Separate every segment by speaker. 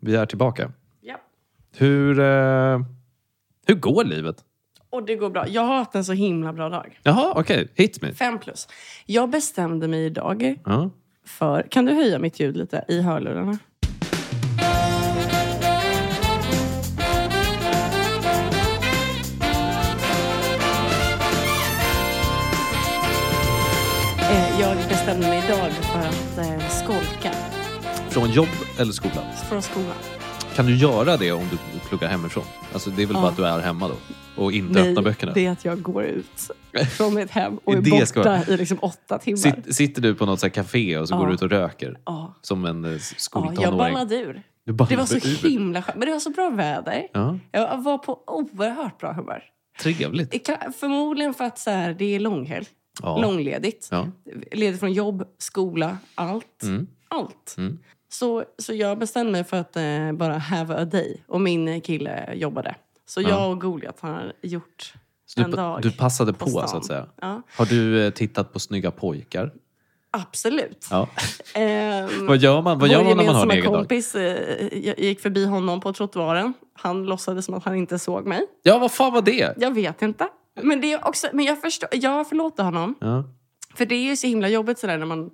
Speaker 1: Vi är tillbaka.
Speaker 2: Ja.
Speaker 1: Hur, eh, hur går livet?
Speaker 2: Och det går bra. Jag har haft en så himla bra dag.
Speaker 1: Jaha, okej. Hit me.
Speaker 2: Fem plus. Jag bestämde mig idag
Speaker 1: Ja.
Speaker 2: för... Kan du höja mitt ljud lite i hörlurarna? Eh, Jag bestämde mig idag för att eh, skolka
Speaker 1: Från jobb eller skola?
Speaker 2: från skolan.
Speaker 1: Kan du göra det om du pluggar hemifrån? Alltså, det är väl
Speaker 2: Ja.
Speaker 1: bara att du är hemma då? Och inte öppnar böckerna?
Speaker 2: det är att jag går ut från mitt hem och är
Speaker 1: Det ska
Speaker 2: borta i liksom åtta timmar.
Speaker 1: Sitt, sitter du på något så här café och så
Speaker 2: Ja.
Speaker 1: går du ut och röker?
Speaker 2: Ja.
Speaker 1: Som en eh,
Speaker 2: Ja,
Speaker 1: skoltonåring?
Speaker 2: jag ballade ur.
Speaker 1: Du ballade
Speaker 2: Det var så
Speaker 1: ur.
Speaker 2: himla skönt. Men det var så bra väder.
Speaker 1: Ja,
Speaker 2: Jag var på oerhört bra humör.
Speaker 1: trevligt.
Speaker 2: Det kan- Förmodligen för att så här, det är långhelg.
Speaker 1: Ja.
Speaker 2: Långledigt.
Speaker 1: Ja.
Speaker 2: Ledigt från jobb, skola, allt. Allt.
Speaker 1: Mm.
Speaker 2: Så, så jag bestämde mig för att eh, bara have a day. Och min kille jobbade. Så
Speaker 1: Ja.
Speaker 2: jag och Goliat har gjort
Speaker 1: Så
Speaker 2: en
Speaker 1: du, pa-
Speaker 2: dag
Speaker 1: du passade på,
Speaker 2: på stan.
Speaker 1: så att säga?
Speaker 2: Ja,
Speaker 1: Har du eh, tittat på snygga pojkar?
Speaker 2: absolut.
Speaker 1: Ja.
Speaker 2: Ehm,
Speaker 1: Vad gör man, vad gör man när man har en
Speaker 2: Mm. Vår
Speaker 1: egen
Speaker 2: gemensamma
Speaker 1: dag?
Speaker 2: kompis eh, jag gick förbi honom på trottoaren. Han låtsades som att han inte såg mig.
Speaker 1: Ja, vad fan var det?
Speaker 2: Jag vet inte. Men, det är också, men jag, förstår, jag förlåter honom.
Speaker 1: Ja.
Speaker 2: För det är ju så himla jobbigt sådär när man...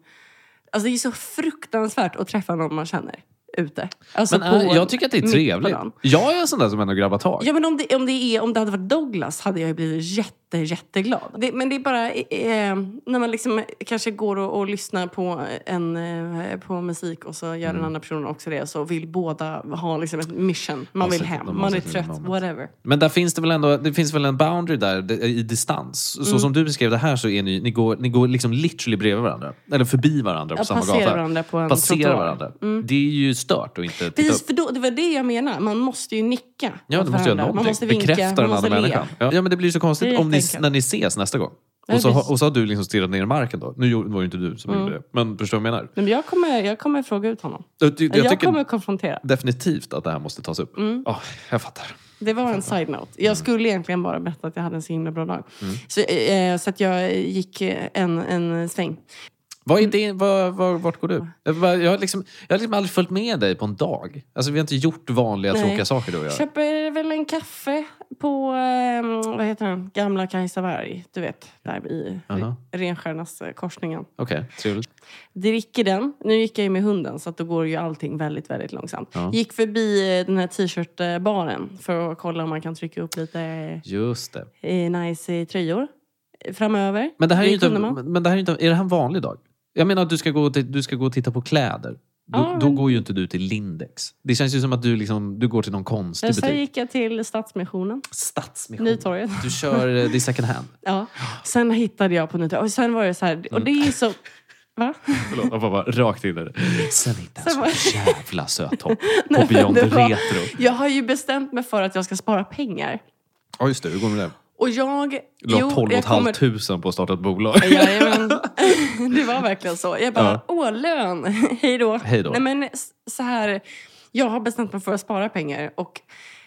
Speaker 2: Alltså det är ju så fruktansvärt att träffa någon man känner ute. Alltså
Speaker 1: Men äh,
Speaker 2: på-
Speaker 1: jag tycker att det är
Speaker 2: mitt på
Speaker 1: trevligt.
Speaker 2: dagen.
Speaker 1: Jag är en sån där som ändå grabbar tag.
Speaker 2: Ja, men om det, om, det är, om det hade varit Douglas hade jag ju blivit jätte, jätteglad. Det, men det är bara eh, när man liksom kanske går och, och lyssnar på, en, eh, på musik och så gör
Speaker 1: Mm.
Speaker 2: den andra personen också det så vill båda ha liksom ett mission. Man
Speaker 1: Och
Speaker 2: vill
Speaker 1: sätta- de
Speaker 2: hem,
Speaker 1: har
Speaker 2: man är
Speaker 1: sätta in
Speaker 2: trött,
Speaker 1: moment.
Speaker 2: whatever.
Speaker 1: Men där finns det väl ändå det finns väl en boundary där det- i distans.
Speaker 2: Mm.
Speaker 1: Så som du beskrev det här så är ni, ni går, ni går liksom literally bredvid varandra. Eller förbi varandra på
Speaker 2: Ja,
Speaker 1: samma
Speaker 2: passerar
Speaker 1: gata.
Speaker 2: varandra på en
Speaker 1: passerar
Speaker 2: trottoar. Mm.
Speaker 1: varandra. Det är ju stört att inte titta upp.
Speaker 2: Precis, för då, det var det jag menar. Man måste ju nicka
Speaker 1: Ja,
Speaker 2: åt
Speaker 1: du måste göra
Speaker 2: varandra.
Speaker 1: någonting.
Speaker 2: Man måste vinka,
Speaker 1: Bekräfta
Speaker 2: man
Speaker 1: den
Speaker 2: måste
Speaker 1: andra
Speaker 2: le.
Speaker 1: människan. Ja. ja, men det blir så
Speaker 2: Det
Speaker 1: konstigt
Speaker 2: är
Speaker 1: om ni,
Speaker 2: jätteenkelt.
Speaker 1: när ni ses nästa gång.
Speaker 2: Ja, Mm.
Speaker 1: Och så, har-
Speaker 2: precis.
Speaker 1: och så har du liksom stirrat ner i marken då. Nu gjorde- var det inte du som gjorde det. Men förstår du vad jag menar?
Speaker 2: Nej, men jag, kommer, jag kommer fråga ut honom.
Speaker 1: Jag, ty-
Speaker 2: Jag,
Speaker 1: jag tycker
Speaker 2: kommer Mm. konfrontera.
Speaker 1: definitivt att det här måste tas upp. Ja, jag fattar.
Speaker 2: Det var en side-note.
Speaker 1: Mm.
Speaker 2: Jag skulle egentligen bara berätta att jag hade en så himla bra dag. Så, eh, så att jag gick eh, en, en sväng.
Speaker 1: Vad är
Speaker 2: Mm.
Speaker 1: det, vad, vad, vart går du? Jag, bara- jag, har liksom, jag har liksom aldrig följt med dig på en dag. Alltså, vi har inte gjort vanliga
Speaker 2: Nej.
Speaker 1: tråkiga saker du och jag.
Speaker 2: Köper väl en kaffe på, ehm, vad heter den, Gamla Kajsaberg. Du vet, där i
Speaker 1: Aha.
Speaker 2: Renstjärnas eh, korsningen.
Speaker 1: Okej, trevligt.
Speaker 2: Dricker den. Nu gick jag ju med hunden så att då går ju allting väldigt, väldigt långsamt.
Speaker 1: Ja.
Speaker 2: Gick förbi eh, den här t-shirt-baren för att kolla om man kan trycka upp lite
Speaker 1: Just det.
Speaker 2: eh, nice eh, tröjor eh, framöver.
Speaker 1: Men det här är ju inte,
Speaker 2: kunde man.
Speaker 1: men det här är, inte, är det här en vanlig dag? Jag menar att du ska gå och, ti- du ska gå och titta på kläder. Då,
Speaker 2: Ja,
Speaker 1: då
Speaker 2: men-
Speaker 1: går ju inte du till Lindex. Det känns ju som att du, liksom, du går till någon konstig
Speaker 2: Eh, Sen
Speaker 1: butik.
Speaker 2: gick jag till Stadsmissionen,
Speaker 1: Stadsmission.
Speaker 2: Nytorget.
Speaker 1: Du kör eh, det är second hand.
Speaker 2: Ja. Sen hittade jag på Nytorget. Och sen var det så här... Och det
Speaker 1: Mm.
Speaker 2: är så... Va?
Speaker 1: Förlåt, jag bara, bara rakt in i det. Sen hittade
Speaker 2: Sen
Speaker 1: jag en sån jävla söt topp på Beyond
Speaker 2: det var-
Speaker 1: Retro.
Speaker 2: Jag har ju bestämt mig för att jag ska spara pengar.
Speaker 1: Ja, just det. Hur går det med det?
Speaker 2: Och jag...
Speaker 1: Du la 12
Speaker 2: jag kommer-
Speaker 1: 500 på att starta ett bolag.
Speaker 2: Jajamän. Det var verkligen så. Jag bara, åh lön, hej då.
Speaker 1: Hej då.
Speaker 2: Nej men s- så här, jag har bestämt mig för att spara pengar och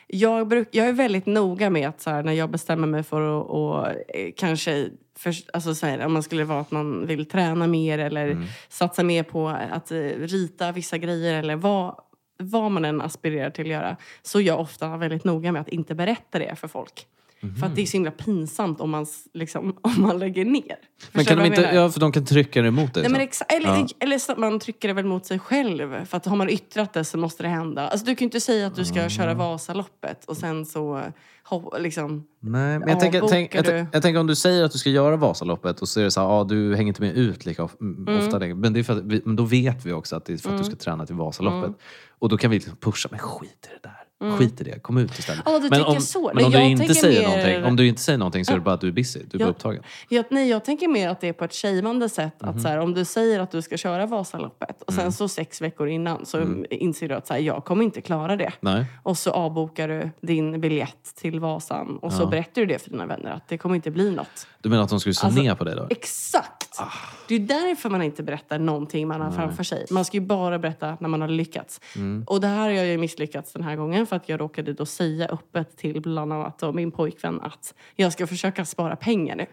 Speaker 2: jag, bruk, jag är väldigt noga med att så här, när jag bestämmer mig för att och, eh, kanske, för, alltså så här, om man skulle vara att man vill träna mer eller
Speaker 1: Mm.
Speaker 2: satsa mer på att eh, rita vissa grejer eller vad, vad man än aspirerar till att göra så är jag ofta väldigt noga med att inte berätta det för folk. För
Speaker 1: Mm.
Speaker 2: att det är så himla pinsamt om man, s- liksom, om man lägger ner.
Speaker 1: Men
Speaker 2: Förstår
Speaker 1: kan de
Speaker 2: du vad
Speaker 1: inte,
Speaker 2: jag menar?
Speaker 1: ja, för de kan trycka dig emot dig. liksom.
Speaker 2: Nej,
Speaker 1: sen.
Speaker 2: men exa- eller,
Speaker 1: Ja.
Speaker 2: eller så att man trycker det väl mot sig själv. För att har man yttrat det så måste det hända. Alltså, du kan ju inte säga att du ska
Speaker 1: Mm.
Speaker 2: köra Vasaloppet och sen så... hop- Liksom,
Speaker 1: Nej, men jag, tänker,
Speaker 2: Avbokar
Speaker 1: tänk, jag,
Speaker 2: du?
Speaker 1: tänk- jag tänker om du säger att du ska göra Vasaloppet och så är det så här, ah, du hänger inte med ut lika of, m-
Speaker 2: Mm.
Speaker 1: ofta längre. Men, det är för att vi, men då vet vi också att det är för att du ska träna till Vasaloppet.
Speaker 2: Mm.
Speaker 1: Och då kan vi liksom pusha, men skit i det där. Skit i det, kom ut istället.
Speaker 2: Ja, du
Speaker 1: men
Speaker 2: tänker
Speaker 1: om,
Speaker 2: så.
Speaker 1: Men
Speaker 2: Nej,
Speaker 1: om, du
Speaker 2: jag
Speaker 1: inte
Speaker 2: tänker
Speaker 1: säger
Speaker 2: mer-
Speaker 1: någonting, om du inte säger någonting så är det bara att du är busy, du är bara
Speaker 2: Ja.
Speaker 1: upptagen.
Speaker 2: jag, nej, jag tänker mer att det är på ett shameande sätt.
Speaker 1: Mhm.
Speaker 2: Att så här, om du säger att du ska köra Vasaloppet och sen
Speaker 1: Mm.
Speaker 2: så sex veckor innan så inser du att så här, jag kommer inte klara det.
Speaker 1: Nej.
Speaker 2: Och så avbokar du din biljett till Vasan och så berättar du det för dina vänner att det kommer inte bli något.
Speaker 1: Du menar att de skulle se
Speaker 2: Alltså,
Speaker 1: ner på dig då?
Speaker 2: Exakt! Det är ju därför man inte berättar någonting man har framför sig. Man ska ju bara berätta när man har lyckats. Och det här har jag ju misslyckats den här gången för att jag råkade då säga öppet till bland annat då min pojkvän att jag ska försöka spara pengar nu.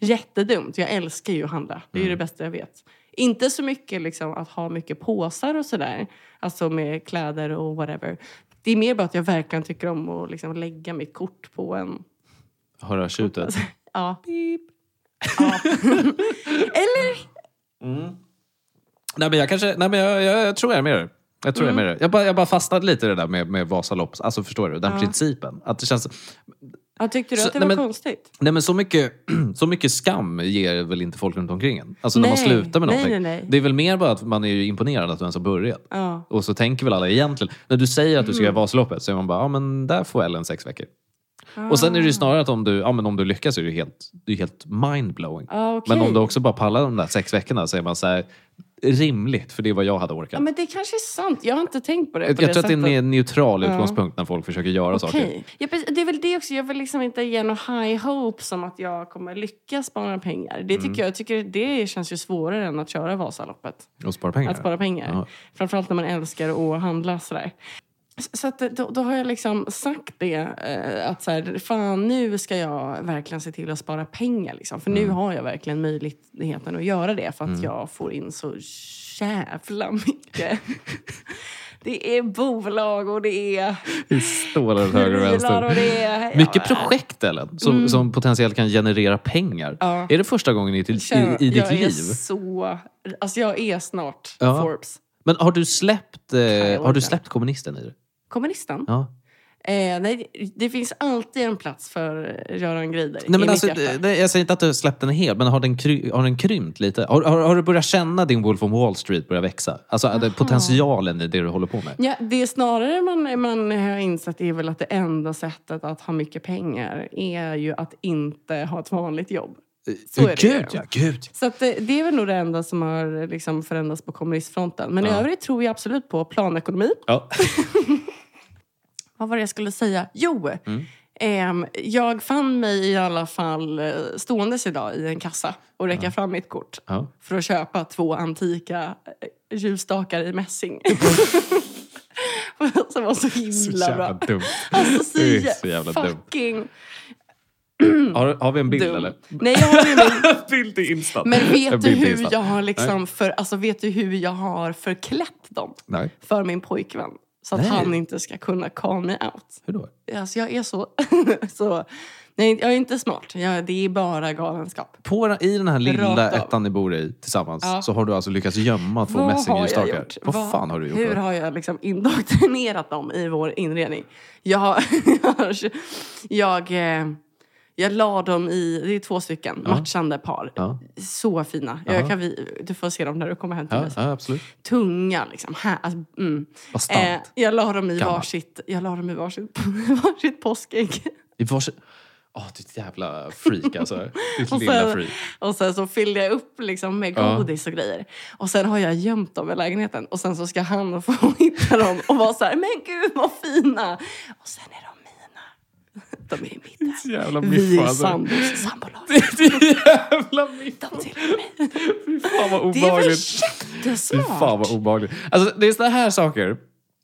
Speaker 2: Jättedumt. Jag älskar ju att handla. Det är ju det bästa jag vet. Inte så mycket liksom, att ha mycket påsar och sådär, alltså med kläder och whatever. Det är mer bara att jag verkligen tycker om att liksom, lägga mitt kort på en...
Speaker 1: Har du hört tjutet?
Speaker 2: Ja. Beep. ja. Eller?
Speaker 1: Nej men jag kanske, nej men jag, jag, jag tror jag är med dig. Jag tror
Speaker 2: Mm.
Speaker 1: jag är med dig. Jag bara, jag bara fastnade lite i det där med, med Vasalopp. Alltså förstår du? Den principen. Att det känns...
Speaker 2: Ja, tyckte du
Speaker 1: Så-
Speaker 2: att det
Speaker 1: nej,
Speaker 2: var
Speaker 1: men-
Speaker 2: konstigt?
Speaker 1: Nej men så mycket, så mycket skam ger väl inte folk runt omkring en? Alltså när man
Speaker 2: Nej,
Speaker 1: slutar med
Speaker 2: nej,
Speaker 1: någonting.
Speaker 2: nej, nej.
Speaker 1: Det är väl mer bara att man är ju imponerad att du ens har börjat.
Speaker 2: Ja.
Speaker 1: Och så tänker väl alla egentligen, när du säger att du ska
Speaker 2: Mm.
Speaker 1: göra Vasaloppet så är man bara, ja ah, men där får Ellen sex veckor. Och sen är det
Speaker 2: Ah.
Speaker 1: ju snarare att om du, ja, men om du lyckas så är det ju helt, det är ju helt mindblowing.
Speaker 2: Ja, Ah. okej.
Speaker 1: Men om du också bara pallar de där sex veckorna så är man så här, rimligt, för det är vad jag hade orkat.
Speaker 2: Ja, men det kanske är sant. Jag har inte tänkt på det
Speaker 1: jag
Speaker 2: på
Speaker 1: jag
Speaker 2: det
Speaker 1: tror att det är en
Speaker 2: sättet.
Speaker 1: mer neutral utgångspunkt när folk försöker göra saker.
Speaker 2: Okej. Ja, precis. det är väl det också. Jag vill liksom inte ge någon high hope som att jag kommer lyckas spara pengar.
Speaker 1: Mm.
Speaker 2: Det tycker jag, jag tycker det känns ju svårare än att köra Vasaloppet.
Speaker 1: Och spara pengar.
Speaker 2: Att spara pengar.
Speaker 1: Ja.
Speaker 2: Framförallt när man älskar att handla sådär. Så- Så att då, då har jag liksom sagt det, eh, att så här, fan nu ska jag verkligen se till att spara pengar. Liksom. För
Speaker 1: Mm.
Speaker 2: nu har jag verkligen möjligheten att göra det för att jag får in så jävla mycket. det är bolag och det är
Speaker 1: Det stålar åt höger och
Speaker 2: bilar och
Speaker 1: vänster.
Speaker 2: det är...
Speaker 1: Mycket
Speaker 2: ja, Mm.
Speaker 1: projekt Ellen, som, som potentiellt kan generera pengar.
Speaker 2: Ja.
Speaker 1: Är det första gången i, ditt- i, i ditt
Speaker 2: jag
Speaker 1: liv?
Speaker 2: Är så, alltså jag är snart
Speaker 1: Ja.
Speaker 2: Forbes.
Speaker 1: Men har du släppt, eh, har
Speaker 2: orkar.
Speaker 1: du släppt kommunisten i det?
Speaker 2: Kommunisten?
Speaker 1: Ja.
Speaker 2: Eh, nej, det finns alltid en plats för eh, Göran Greider
Speaker 1: Nej, men
Speaker 2: i
Speaker 1: alltså,
Speaker 2: mitt hjärta.
Speaker 1: det- jag säger inte att du har släppt den helt, men har den, kry, har den krympt lite? Har, har, har du börjat känna din Wolf of Wall Street börja växa? Alltså att det- potentialen i det du håller på med?
Speaker 2: Ja, det är snarare man, man har insett är väl att det enda sättet att ha mycket pengar är ju att inte ha ett vanligt jobb. Så är det ju.
Speaker 1: Eh, gud, ja, gud.
Speaker 2: Så att det, det är väl nog det enda som har liksom förändrats på kommunistfronten. Men i övrigt tror jag absolut på planekonomi.
Speaker 1: Ja.
Speaker 2: Vad var det jag skulle säga? Jo,
Speaker 1: Mm.
Speaker 2: ehm, jag fann mig i alla fall eh, ståendes idag i en kassa och räcka fram mitt kort
Speaker 1: Ja.
Speaker 2: för att köpa två antika eh, ljusstakar i mässing. Som var så himla bra.
Speaker 1: dumt.
Speaker 2: Alltså så,
Speaker 1: Det är
Speaker 2: jä-
Speaker 1: så jävla dumt.
Speaker 2: fucking dumt. Mm.
Speaker 1: Har, har vi en bild eller?
Speaker 2: Nej, jag har ju min.
Speaker 1: bild i Insta.
Speaker 2: Men
Speaker 1: En
Speaker 2: vet du
Speaker 1: bild i
Speaker 2: hur
Speaker 1: Insta.
Speaker 2: jag har liksom för, alltså vet du hur jag har förklätt dem?
Speaker 1: Nej,
Speaker 2: För min pojkvän. Så att
Speaker 1: Nej.
Speaker 2: han inte ska kunna call me out.
Speaker 1: hur då?
Speaker 2: Alltså jag är så... så nej, jag är inte smart. Jag, det är bara galenskap.
Speaker 1: På, den- I den här lilla
Speaker 2: Rakt av.
Speaker 1: ettan ni bor i tillsammans
Speaker 2: Ja.
Speaker 1: så har du alltså lyckats gömma två mässingljusstakar. Vad fan har du gjort?
Speaker 2: Hur
Speaker 1: då?
Speaker 2: har jag liksom indoktrinerat dem i vår inredning? Jag har... jag, eh, jag la dem i... Det är två stycken matchande par.
Speaker 1: Ja.
Speaker 2: Så fina. Jag
Speaker 1: Ja.
Speaker 2: kan vi, du får se dem när du kommer hem till
Speaker 1: Ja,
Speaker 2: mig. sen.
Speaker 1: ja, absolut.
Speaker 2: Tunga liksom. Här, alltså, mm.
Speaker 1: Bastant.
Speaker 2: eh, jag la dem i
Speaker 1: Gammalt.
Speaker 2: varsitt, jag la dem i varsitt, varsitt påskägg.
Speaker 1: I varsin... Åh, ditt jävla freak alltså. Ditt
Speaker 2: Och
Speaker 1: lilla
Speaker 2: sen,
Speaker 1: freak.
Speaker 2: och sen så fyllde jag upp liksom med
Speaker 1: Ja.
Speaker 2: godis och grejer. Och sen har jag gömt dem i lägenheten. Och sen så ska han få hitta dem och vara så här, men gud vad fina! Och sen är de mina. De är mitt här.
Speaker 1: Jävla
Speaker 2: Vi är sambos, sambolag.
Speaker 1: Jävla miff.
Speaker 2: De tillhör mig.
Speaker 1: Fy fan vad
Speaker 2: Det är väl
Speaker 1: obehagligt. Fy fan
Speaker 2: jättesmart?
Speaker 1: vad obehagligt. Alltså, det är såna här saker.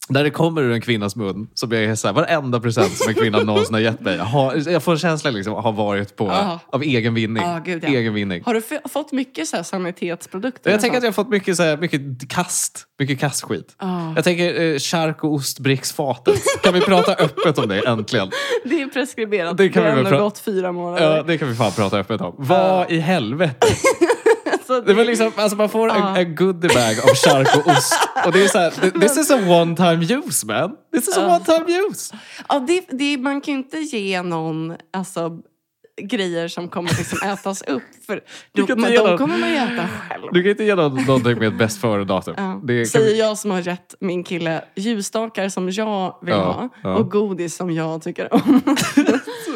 Speaker 1: Där det kommer ur en kvinnas mun, som jag är så här, varenda present som en kvinna någonsin har gett mig, har, jag får en känsla liksom, har varit på,
Speaker 2: Ja.
Speaker 1: av egen vinning.
Speaker 2: Ja, gud, ja.
Speaker 1: Egen vinning.
Speaker 2: Har du f- fått mycket så här sanitetsprodukter?
Speaker 1: Jag tänker att jag har fått mycket, så här, mycket kast. Mycket kastskit.
Speaker 2: Ah.
Speaker 1: Jag tänker eh, chark och ostbricksfatet. Kan vi prata öppet om det äntligen?
Speaker 2: Det är preskriberat.
Speaker 1: Det
Speaker 2: Det,
Speaker 1: kan vi
Speaker 2: har
Speaker 1: väl
Speaker 2: ändå
Speaker 1: pra-
Speaker 2: gått fyra månader.
Speaker 1: Ja, det kan vi fan prata öppet om. Vad i helvete?
Speaker 2: Så
Speaker 1: Det var liksom, alltså man får en, en goodiebag av chark och ost. Och det är så här, th- this is a one time use man. This is a one time use.
Speaker 2: Ja, det, det, man kan ju inte ge någon alltså, grejer som kommer liksom ätas upp. För
Speaker 1: Du
Speaker 2: de,
Speaker 1: kan
Speaker 2: men
Speaker 1: inte ge
Speaker 2: de
Speaker 1: någon-
Speaker 2: kommer man ju äta själv.
Speaker 1: Du kan inte ge någon någonting med ett bäst före-datum.
Speaker 2: Ja.
Speaker 1: Det kan
Speaker 2: Säger
Speaker 1: vi-
Speaker 2: jag som har gett min kille ljusstakar som jag vill
Speaker 1: Ja,
Speaker 2: ha
Speaker 1: ja.
Speaker 2: och godis som jag tycker om.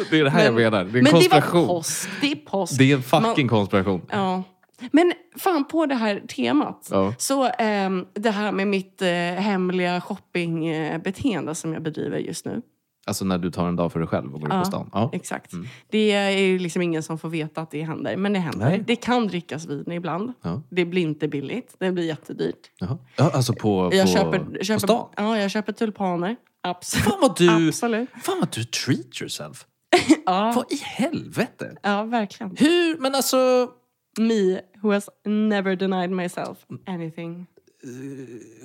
Speaker 1: Det är det här jag menar. Det är en
Speaker 2: men det
Speaker 1: konspiration.
Speaker 2: var påsk. Det är påsk.
Speaker 1: Det är en fucking konspiration.
Speaker 2: Ja. Men fan, på det här temat.
Speaker 1: Ja.
Speaker 2: Så ehm, det här med mitt eh, hemliga shoppingbeteende som jag bedriver just nu.
Speaker 1: Alltså när du tar en dag för dig själv och går ut på stan. Ja. Mm.
Speaker 2: Exakt. Det är ju liksom ingen som får veta att det händer, men det händer.
Speaker 1: Nej.
Speaker 2: Det kan drickas vin ibland.
Speaker 1: Ja.
Speaker 2: Det blir inte billigt, det blir jättedyrt.
Speaker 1: Jaha. Ja, alltså på,
Speaker 2: Jag,
Speaker 1: på,
Speaker 2: köper,
Speaker 1: på
Speaker 2: köper,
Speaker 1: stan?
Speaker 2: ja, jag köper tulpaner. Absolut.
Speaker 1: Fan vad du,
Speaker 2: Absolut.
Speaker 1: fan vad du treat yourself.
Speaker 2: Ja,
Speaker 1: Vad i helvete?
Speaker 2: ja verkligen.
Speaker 1: Hur, men alltså...
Speaker 2: Me who has never denied myself anything.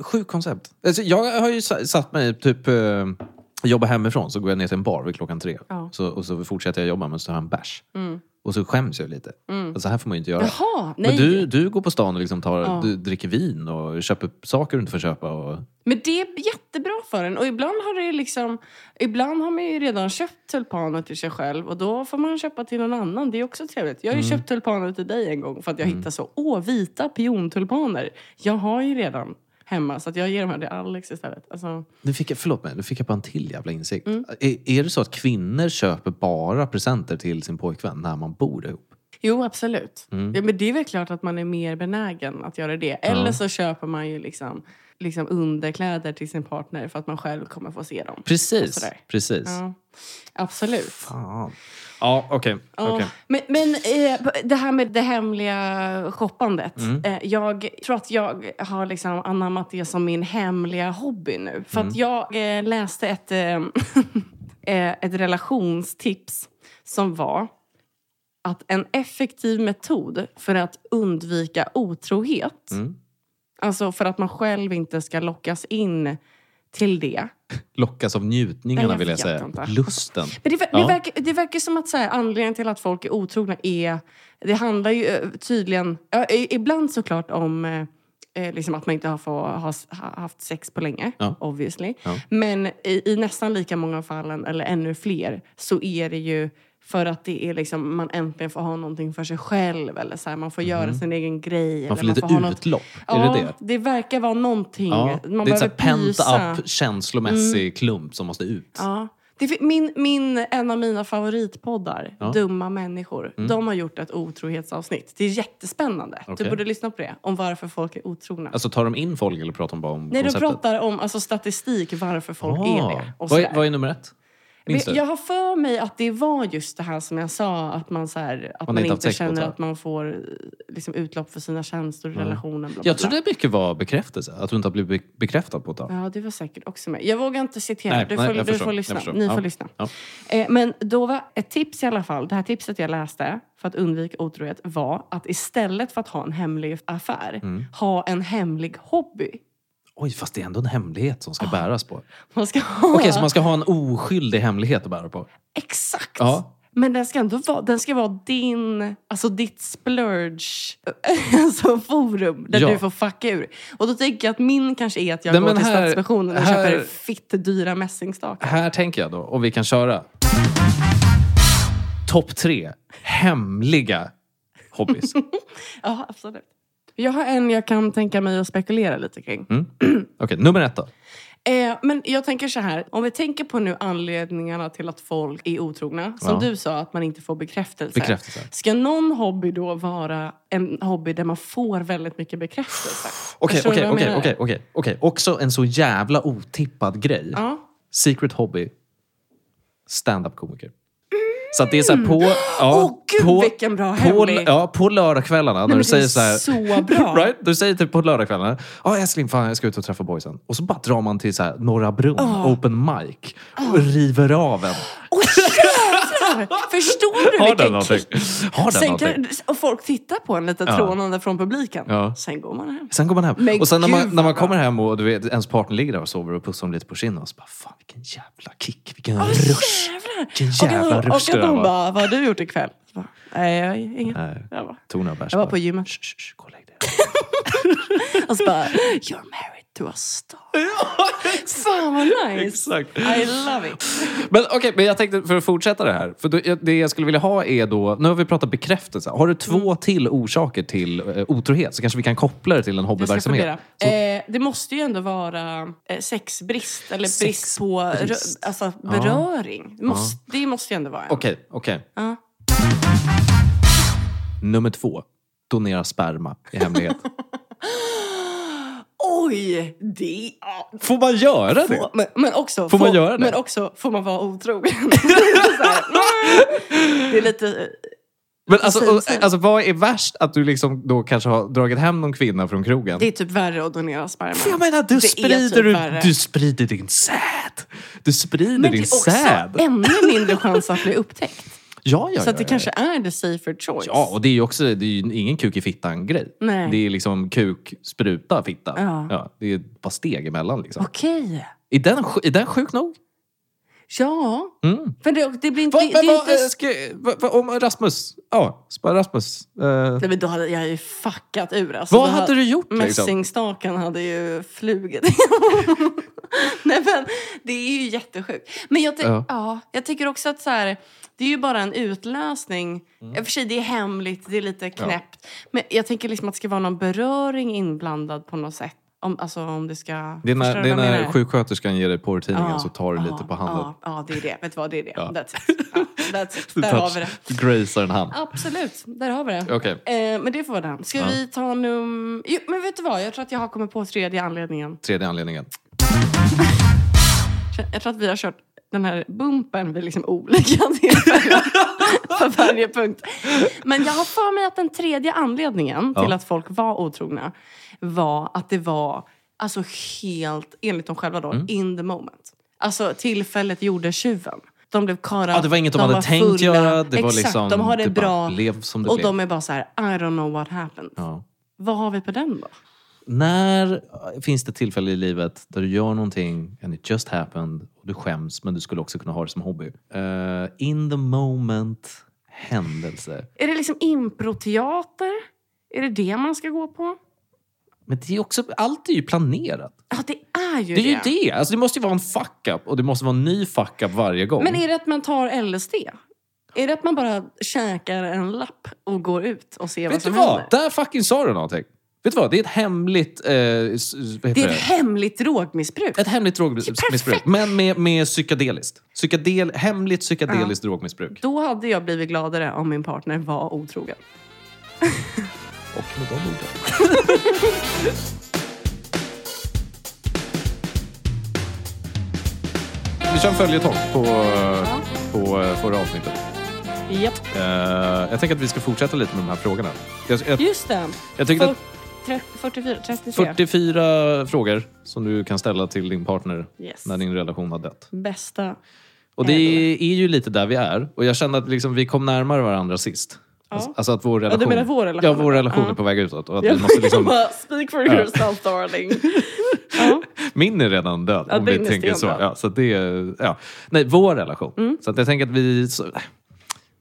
Speaker 1: Sjukt koncept. Alltså, jag har ju sa- satt mig i typ... Eh, jobba hemifrån, så går jag ner till en bar vid klockan tre.
Speaker 2: Ja.
Speaker 1: Så, och så fortsätter jag jobba, men så tar jag en bärs. Och så skäms jag lite. Mm. Så här får man ju inte göra.
Speaker 2: Jaha, Ah,
Speaker 1: Men
Speaker 2: nej.
Speaker 1: du, du går på stan och liksom tar,
Speaker 2: Ja.
Speaker 1: du dricker vin och köper saker du inte får köpa. Och,
Speaker 2: Men det är jättebra för en. Och ibland har, det ju liksom, ibland har man ju redan köpt tulpaner till sig själv och då får man köpa till någon annan. Det är också trevligt. Jag har ju köpt tulpaner till dig en gång för att jag hittade så, åh, vita piontulpaner. Jag har ju redan hemma så att jag ger dem här till Alex istället. Alltså,
Speaker 1: nu fick jag, förlåt mig, nu fick jag bara en till jävla insikt.
Speaker 2: Mm.
Speaker 1: Är, är det så att kvinnor köper bara presenter till sin pojkvän när man bor ihop?
Speaker 2: jo, absolut. Ja, men det är väl klart att man är mer benägen att göra det. Eller så köper man ju liksom, liksom underkläder till sin partner för att man själv kommer få se dem.
Speaker 1: Precis.
Speaker 2: Sådär.
Speaker 1: Precis. Ja,
Speaker 2: Ja, absolut.
Speaker 1: ja. ja okej.
Speaker 2: Ja,
Speaker 1: okej.
Speaker 2: Men, men eh, det här med det hemliga shoppandet. Eh, jag tror att jag har liksom anammat det som min hemliga hobby nu. För att jag eh, läste ett, eh, eh, ett relationstips som var att en effektiv metod för att undvika otrohet,
Speaker 1: Mm.
Speaker 2: alltså för att man själv inte ska lockas in till det,
Speaker 1: Lockas av njutningarna
Speaker 2: Nej, jag
Speaker 1: vill jag
Speaker 2: vet
Speaker 1: säga.
Speaker 2: inte.
Speaker 1: Lusten.
Speaker 2: Men det, ver-
Speaker 1: Ja.
Speaker 2: det, verkar, det verkar som att så här, anledningen till att folk är otrogna är... Det handlar ju eh, tydligen... Ja, i- ibland såklart om eh, eh, liksom att man inte har, få, ha, s- ha haft sex på länge,
Speaker 1: Ja.
Speaker 2: obviously.
Speaker 1: Ja.
Speaker 2: Men i, i nästan lika många av fallen, eller ännu fler, så är det ju för att det är liksom, man äntligen får ha någonting för sig själv. Eller så här, man får göra sin egen grej.
Speaker 1: Mhm. Man får
Speaker 2: eller
Speaker 1: lite
Speaker 2: man får ha något-
Speaker 1: utlopp.
Speaker 2: Ja,
Speaker 1: Är det det?
Speaker 2: verkar vara någonting.
Speaker 1: Ja.
Speaker 2: Man
Speaker 1: det är
Speaker 2: behöver
Speaker 1: en pent
Speaker 2: pysa. Mm.
Speaker 1: up känslomässig klump som måste ut.
Speaker 2: Ja. Det, fin- min, min, en av mina favoritpoddar,
Speaker 1: Ja. Mm.
Speaker 2: Dumma människor, de har gjort ett otrohetsavsnitt. Det är jättespännande.
Speaker 1: Okej.
Speaker 2: Du borde lyssna på det, om varför folk är otrogna.
Speaker 1: Alltså tar de in folk eller pratar de bara om
Speaker 2: Nej, de
Speaker 1: konceptet?
Speaker 2: pratar om alltså, statistik, varför folk
Speaker 1: Ah.
Speaker 2: är det.
Speaker 1: vad,
Speaker 2: Och sådär.
Speaker 1: är, vad är nummer ett? Minns du?
Speaker 2: jag har för mig att det var just det här som jag sa, att man, så här, att
Speaker 1: har
Speaker 2: man,
Speaker 1: inte haft
Speaker 2: inte
Speaker 1: sex på ett
Speaker 2: känner
Speaker 1: tag.
Speaker 2: att man får eh, liksom, utlopp för sina känslor i relationen. Bla, bla,
Speaker 1: Mm. Jag
Speaker 2: bla.
Speaker 1: trodde mycket var bekräftelse. Att du inte har blivit be- bekräftad på ett tag.
Speaker 2: Ja, du var säkert också med. Jag vågar inte citera.
Speaker 1: Nej,
Speaker 2: du
Speaker 1: nej,
Speaker 2: får,
Speaker 1: jag
Speaker 2: du
Speaker 1: förstår,
Speaker 2: får
Speaker 1: jag
Speaker 2: lyssna.
Speaker 1: förstår.
Speaker 2: Ni
Speaker 1: Ja,
Speaker 2: får lyssna.
Speaker 1: ja.
Speaker 2: Eh, men då var ett tips i alla fall, det här tipset jag läste för att undvika otrohet var att istället för att ha en hemlig affär,
Speaker 1: Mm.
Speaker 2: ha en hemlig hobby.
Speaker 1: Oj, fast det är ändå en hemlighet som
Speaker 2: Ah.
Speaker 1: ska bäras på. Okej,
Speaker 2: Man ska ha...
Speaker 1: så man ska ha en oskyldig hemlighet att bära på?
Speaker 2: Exakt!
Speaker 1: Ja.
Speaker 2: Men den ska ändå vara, den ska vara din, alltså ditt splurge alltså forum där
Speaker 1: Ja.
Speaker 2: du får fucka ur. Och då tänker jag att min kanske är att jag
Speaker 1: Nej,
Speaker 2: går
Speaker 1: men
Speaker 2: till
Speaker 1: här-
Speaker 2: Stadsmissionen och
Speaker 1: här-
Speaker 2: köper fitt dyra mässingstakar.
Speaker 1: Här tänker jag då, och vi kan köra. Topp tre hemliga hobbys.
Speaker 2: Ja, absolut. Jag har en jag kan tänka mig att spekulera lite kring.
Speaker 1: Okej, nummer ett då.
Speaker 2: Eh, men jag tänker så här. Om vi tänker på nu anledningarna till att folk är otrogna. Som
Speaker 1: Ja.
Speaker 2: du sa, att man inte får bekräftelse.
Speaker 1: Bekräftelse.
Speaker 2: Ska någon hobby då vara en hobby där man får väldigt mycket bekräftelse?
Speaker 1: Okej,
Speaker 2: Förstår du
Speaker 1: okej,
Speaker 2: vad jag
Speaker 1: okej,
Speaker 2: menar?
Speaker 1: okej, okej, okej. Också en så jävla otippad grej.
Speaker 2: Ja.
Speaker 1: Secret hobby. Stand-up-komiker. Så att det är så här på... Ja,
Speaker 2: Mm. Åh, gud,
Speaker 1: på,
Speaker 2: vilken bra
Speaker 1: på,
Speaker 2: hemlig.
Speaker 1: ja, på lördagskvällarna när
Speaker 2: men
Speaker 1: du
Speaker 2: det
Speaker 1: säger
Speaker 2: är
Speaker 1: så här...
Speaker 2: så bra.
Speaker 1: right? Du säger typ på lördagskvällarna. Ja, älskling, fan jag ska ut och träffa boysen. Och så bara drar man till så här Norra Brunn,
Speaker 2: Ah.
Speaker 1: open mic. Och river av en.
Speaker 2: Åh jävlar! Förstår du
Speaker 1: Har den
Speaker 2: vilken
Speaker 1: någonting? Har den
Speaker 2: Sen
Speaker 1: någonting?
Speaker 2: kan, och folk tittar på en lite
Speaker 1: Ja.
Speaker 2: trånande från publiken.
Speaker 1: Ja.
Speaker 2: Sen går man hem.
Speaker 1: Sen går man hem.
Speaker 2: Men
Speaker 1: och sen när
Speaker 2: gud,
Speaker 1: man, när man
Speaker 2: vad
Speaker 1: kommer hem och du vet, ens partner ligger där och sover och pussar om lite på kinden. Och så bara, fan vilken jävla kick, vilken rush.
Speaker 2: Jävlar!
Speaker 1: Vilken
Speaker 2: Och att
Speaker 1: jävla
Speaker 2: de-
Speaker 1: rush
Speaker 2: Och
Speaker 1: det där
Speaker 2: att de
Speaker 1: var.
Speaker 2: bara, vad har du gjort ikväll? Så bara, Nej, jag har inget.
Speaker 1: Nej.
Speaker 2: Jag bara,
Speaker 1: Tog några bärs.
Speaker 2: Jag var på
Speaker 1: bara,
Speaker 2: gymmet.
Speaker 1: "Shh, shh, shh, gå och lägg dig.
Speaker 2: Och så Alltså bara, you're married to a star. Fan vad nice!
Speaker 1: Exakt.
Speaker 2: I love it.
Speaker 1: Men okej, men jag tänkte för att fortsätta det här. För då, jag- det jag skulle vilja ha är då, nu har vi pratat bekräftelse. Har du två
Speaker 2: Mm.
Speaker 1: till orsaker till eh, otrohet så kanske vi kan koppla det till en
Speaker 2: Jag ska fundera.
Speaker 1: hobbyverksamhet. Så,
Speaker 2: Eh, det måste ju ändå vara eh, sexbrist eller brist på
Speaker 1: Sexbrist.
Speaker 2: rö- alltså, beröring. Det, måste, det måste ju ändå vara en.
Speaker 1: Okej, okej.
Speaker 2: Ja.
Speaker 1: Nummer två. Donera sperma i hemlighet.
Speaker 2: Oj! Det... ja.
Speaker 1: Får man göra det?
Speaker 2: Men, men också,
Speaker 1: Får man göra det?
Speaker 2: Men också, får man vara otrogen? Det är så här, mm. det är lite...
Speaker 1: Men alltså, och,
Speaker 2: Precis, eller?
Speaker 1: alltså, vad är värst? Att du liksom då kanske har dragit hem någon kvinna från krogen?
Speaker 2: Det är typ värre att donera sperma.
Speaker 1: jag menar, du
Speaker 2: är
Speaker 1: sprider,
Speaker 2: typ
Speaker 1: du,
Speaker 2: värre.
Speaker 1: du sprider din säd! Du sprider
Speaker 2: Men det
Speaker 1: din
Speaker 2: är också
Speaker 1: säd!
Speaker 2: ännu mindre chans att bli upptäckt.
Speaker 1: Ja, ja,
Speaker 2: så att
Speaker 1: ja,
Speaker 2: det
Speaker 1: ja,
Speaker 2: kanske är the safer choice.
Speaker 1: Ja, och det är ju också det är ju ingen kuk i fittan-grej.
Speaker 2: Nej.
Speaker 1: Det är liksom kuk, spruta, fitta.
Speaker 2: Ja.
Speaker 1: det är ett par steg emellan. Liksom.
Speaker 2: Okej.
Speaker 1: Är, den, sj- är den sjuk nog?
Speaker 2: Ja.
Speaker 1: Mm.
Speaker 2: För det, det blir inte...
Speaker 1: Va,
Speaker 2: det,
Speaker 1: men,
Speaker 2: det är
Speaker 1: vad,
Speaker 2: inte...
Speaker 1: eh, ska, vad, vad, om Rasmus? Ja, spara Rasmus. Eh,
Speaker 2: Nej, men då hade jag ju fuckat ur. Alltså,
Speaker 1: vad
Speaker 2: Då
Speaker 1: hade du gjort? Liksom?
Speaker 2: Mässingstaken hade ju flugit. Nej men det är ju jättesjukt. Men jag, ty-
Speaker 1: Ja.
Speaker 2: ja. jag tycker också att så här, det är ju bara en utlösning.
Speaker 1: Mm.
Speaker 2: I och för sig det är hemligt, det är lite knäppt. Men jag tänker liksom att det ska vara någon beröring inblandad på något sätt. Om, alltså om det ska...
Speaker 1: Det är
Speaker 2: Förstår
Speaker 1: när,
Speaker 2: du
Speaker 1: det är
Speaker 2: vad jag
Speaker 1: när
Speaker 2: menar?
Speaker 1: sjuksköterskan ger dig porrtidningen
Speaker 2: Ja,
Speaker 1: så tar du
Speaker 2: ja,
Speaker 1: lite på handen.
Speaker 2: Ja, ja, det är det. Vet du vad, det är det.
Speaker 1: Ja.
Speaker 2: That's it. Ja, that's it.
Speaker 1: Du
Speaker 2: Där har vi det.
Speaker 1: touch- Du gracear en hand.
Speaker 2: Absolut, där har vi det.
Speaker 1: Okej.
Speaker 2: Eh, men det får vara den. Ska
Speaker 1: Ja.
Speaker 2: vi ta num... Jo, men vet du vad? Jag tror att jag har kommit på tredje anledningen.
Speaker 1: Tredje anledningen.
Speaker 2: Jag tror att vi har kört den här bumpen vid liksom olika tillfällen på varje punkt. Men jag har för mig att den tredje anledningen till
Speaker 1: Ja.
Speaker 2: att folk var otrogna var att det var alltså helt, enligt dem själva då,
Speaker 1: Mm.
Speaker 2: in the moment. Alltså tillfället gjorde tjuven. De blev karade.
Speaker 1: Ja, det var inget de,
Speaker 2: de
Speaker 1: hade
Speaker 2: var
Speaker 1: tänkt
Speaker 2: fulla.
Speaker 1: göra. Det var
Speaker 2: Exakt,
Speaker 1: liksom,
Speaker 2: de har det,
Speaker 1: bara
Speaker 2: bra.
Speaker 1: Blev som det
Speaker 2: Och
Speaker 1: blev.
Speaker 2: de är bara så här, I don't know what happened.
Speaker 1: Ja.
Speaker 2: Vad har vi på den då?
Speaker 1: När finns det tillfälle i livet där du gör någonting and it just happened och du skäms men du skulle också kunna ha det som hobby? Eh, in the moment händelse.
Speaker 2: Är det liksom improteater? Är det det man ska gå på?
Speaker 1: Men det är också, allt är ju planerat.
Speaker 2: Ja, det är ju
Speaker 1: Det
Speaker 2: det.
Speaker 1: är ju det! Alltså det måste ju vara en fuck-up och det måste vara en ny fuck-up varje gång.
Speaker 2: Men är det att man tar LSD? Är det att man bara käkar en lapp och går ut och ser vad
Speaker 1: Vet du
Speaker 2: som
Speaker 1: vad?
Speaker 2: händer?
Speaker 1: Där fucking sa du någonting. Vet du vad? Det är ett hemligt... Eh, s- vad
Speaker 2: Det
Speaker 1: heter
Speaker 2: är
Speaker 1: det?
Speaker 2: ett hemligt drogmissbruk.
Speaker 1: Ett hemligt drogmissbruk.
Speaker 2: Perfekt.
Speaker 1: Men med, med psykedeliskt. Psykedel, hemligt psykedeliskt drogmissbruk.
Speaker 2: Då hade jag blivit gladare om min partner var otrogen.
Speaker 1: Och med de orden. Vi kör en följetong på, på eh, förra avsnittet.
Speaker 2: Japp.
Speaker 1: Eh, jag tänker att vi ska fortsätta lite med de här frågorna. Jag, jag,
Speaker 2: Just det.
Speaker 1: jag tyckte att
Speaker 2: Fort- tre- 44, 33.
Speaker 1: 44 frågor som du kan ställa till din partner
Speaker 2: Yes.
Speaker 1: när din relation har dött.
Speaker 2: Bästa.
Speaker 1: Och det
Speaker 2: Eller-
Speaker 1: är ju lite där vi är. Och jag kände att liksom vi kom närmare varandra sist.
Speaker 2: Ja.
Speaker 1: Alltså att vår relation...
Speaker 2: menar vår relation?
Speaker 1: Ja, vår relation
Speaker 2: Ja.
Speaker 1: är på väg utåt. Och att vi måste liksom,
Speaker 2: Bara, Speak for yourself darling. ja.
Speaker 1: min är redan död,
Speaker 2: Ja,
Speaker 1: om
Speaker 2: din
Speaker 1: vi
Speaker 2: är
Speaker 1: tänker så.
Speaker 2: stendöd.
Speaker 1: Ja, så att det är, ja. Nej, vår relation.
Speaker 2: Mm.
Speaker 1: Så att jag tänker att vi... Så,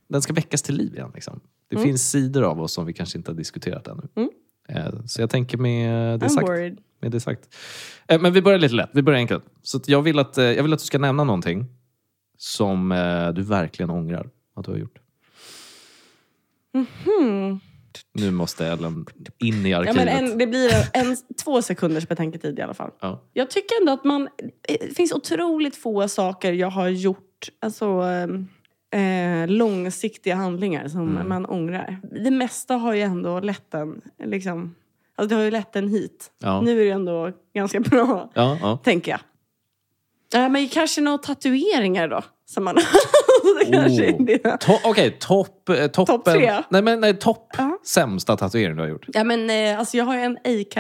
Speaker 1: den ska väckas till liv igen. Liksom. Det
Speaker 2: Mm.
Speaker 1: finns sidor av oss som vi kanske inte har diskuterat ännu. Eh, Så jag tänker med det
Speaker 2: I'm
Speaker 1: sagt.
Speaker 2: worried.
Speaker 1: Med det sagt. Eh, Men vi börjar lite lätt. Vi börjar enkelt. Så att jag, vill att, eh, jag vill att du ska nämna någonting som eh, du verkligen ångrar att du har gjort. Nu måste Ellen in i
Speaker 2: Mm-hmm. Ja,
Speaker 1: arkivet.
Speaker 2: men en, det blir en, en, två sekunders betänketid i alla fall.
Speaker 1: Ja.
Speaker 2: Jag tycker ändå att man... Det finns otroligt få saker jag har gjort, alltså eh, eh, långsiktiga handlingar som
Speaker 1: Mm.
Speaker 2: man ångrar. Det mesta har ju ändå lett en, liksom... Alltså det har ju lett en hit.
Speaker 1: Ja.
Speaker 2: Nu är det ändå ganska bra,
Speaker 1: Ja, ja.
Speaker 2: tänker jag. Ja, men kanske några tatueringar då, som man har. Det kanske
Speaker 1: Oh.
Speaker 2: är det.
Speaker 1: To- Okej, topp... eh, toppen.
Speaker 2: Topp tre.
Speaker 1: Nej, men nej, topp
Speaker 2: Ja.
Speaker 1: sämsta tatuering du har gjort.
Speaker 2: Ja, men, eh, alltså jag har ju en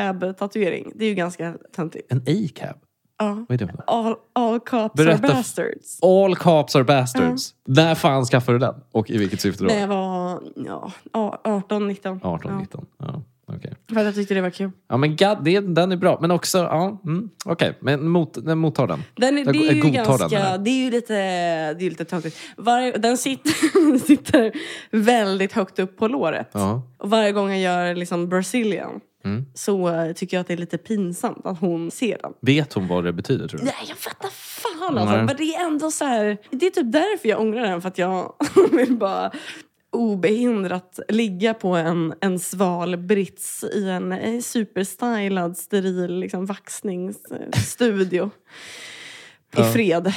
Speaker 2: A-cab-tatuering. Det är ju ganska töntigt.
Speaker 1: En A-cab.
Speaker 2: Ja.
Speaker 1: Vad är det för något?
Speaker 2: All, all cops
Speaker 1: Berätta.
Speaker 2: are bastards.
Speaker 1: All cops are bastards. När fan skaffade du den? Och i vilket syfte då?
Speaker 2: När jag var ja, 18, 19.
Speaker 1: 18, 19. Ja. okej.
Speaker 2: Ja, för att jag tyckte det var kul.
Speaker 1: Ja, men God, det, den är bra. Men också, ja, mm, okej. Men mot, den mottar den.
Speaker 2: Den, är-
Speaker 1: Jag-
Speaker 2: det är
Speaker 1: jag
Speaker 2: ju
Speaker 1: godtar den,
Speaker 2: ganska...
Speaker 1: den här.
Speaker 2: det är ju lite, det är lite töntigt. Varje- Den sitter, sitter väldigt högt upp på låret.
Speaker 1: Ja.
Speaker 2: Och varje gång jag gör liksom Brazilian
Speaker 1: Mm.
Speaker 2: så eh, tycker jag att det är lite pinsamt att hon ser den.
Speaker 1: Vet hon vad det betyder tror du?
Speaker 2: Nej, jag fattar fan alltså.
Speaker 1: Nej.
Speaker 2: Men det är ändå så här... Det är typ därför jag ångrar den. För att jag vill bara obehindrat ligga på en, en sval brits i en, eh, superstylad, steril liksom, vaxningsstudio. I fred.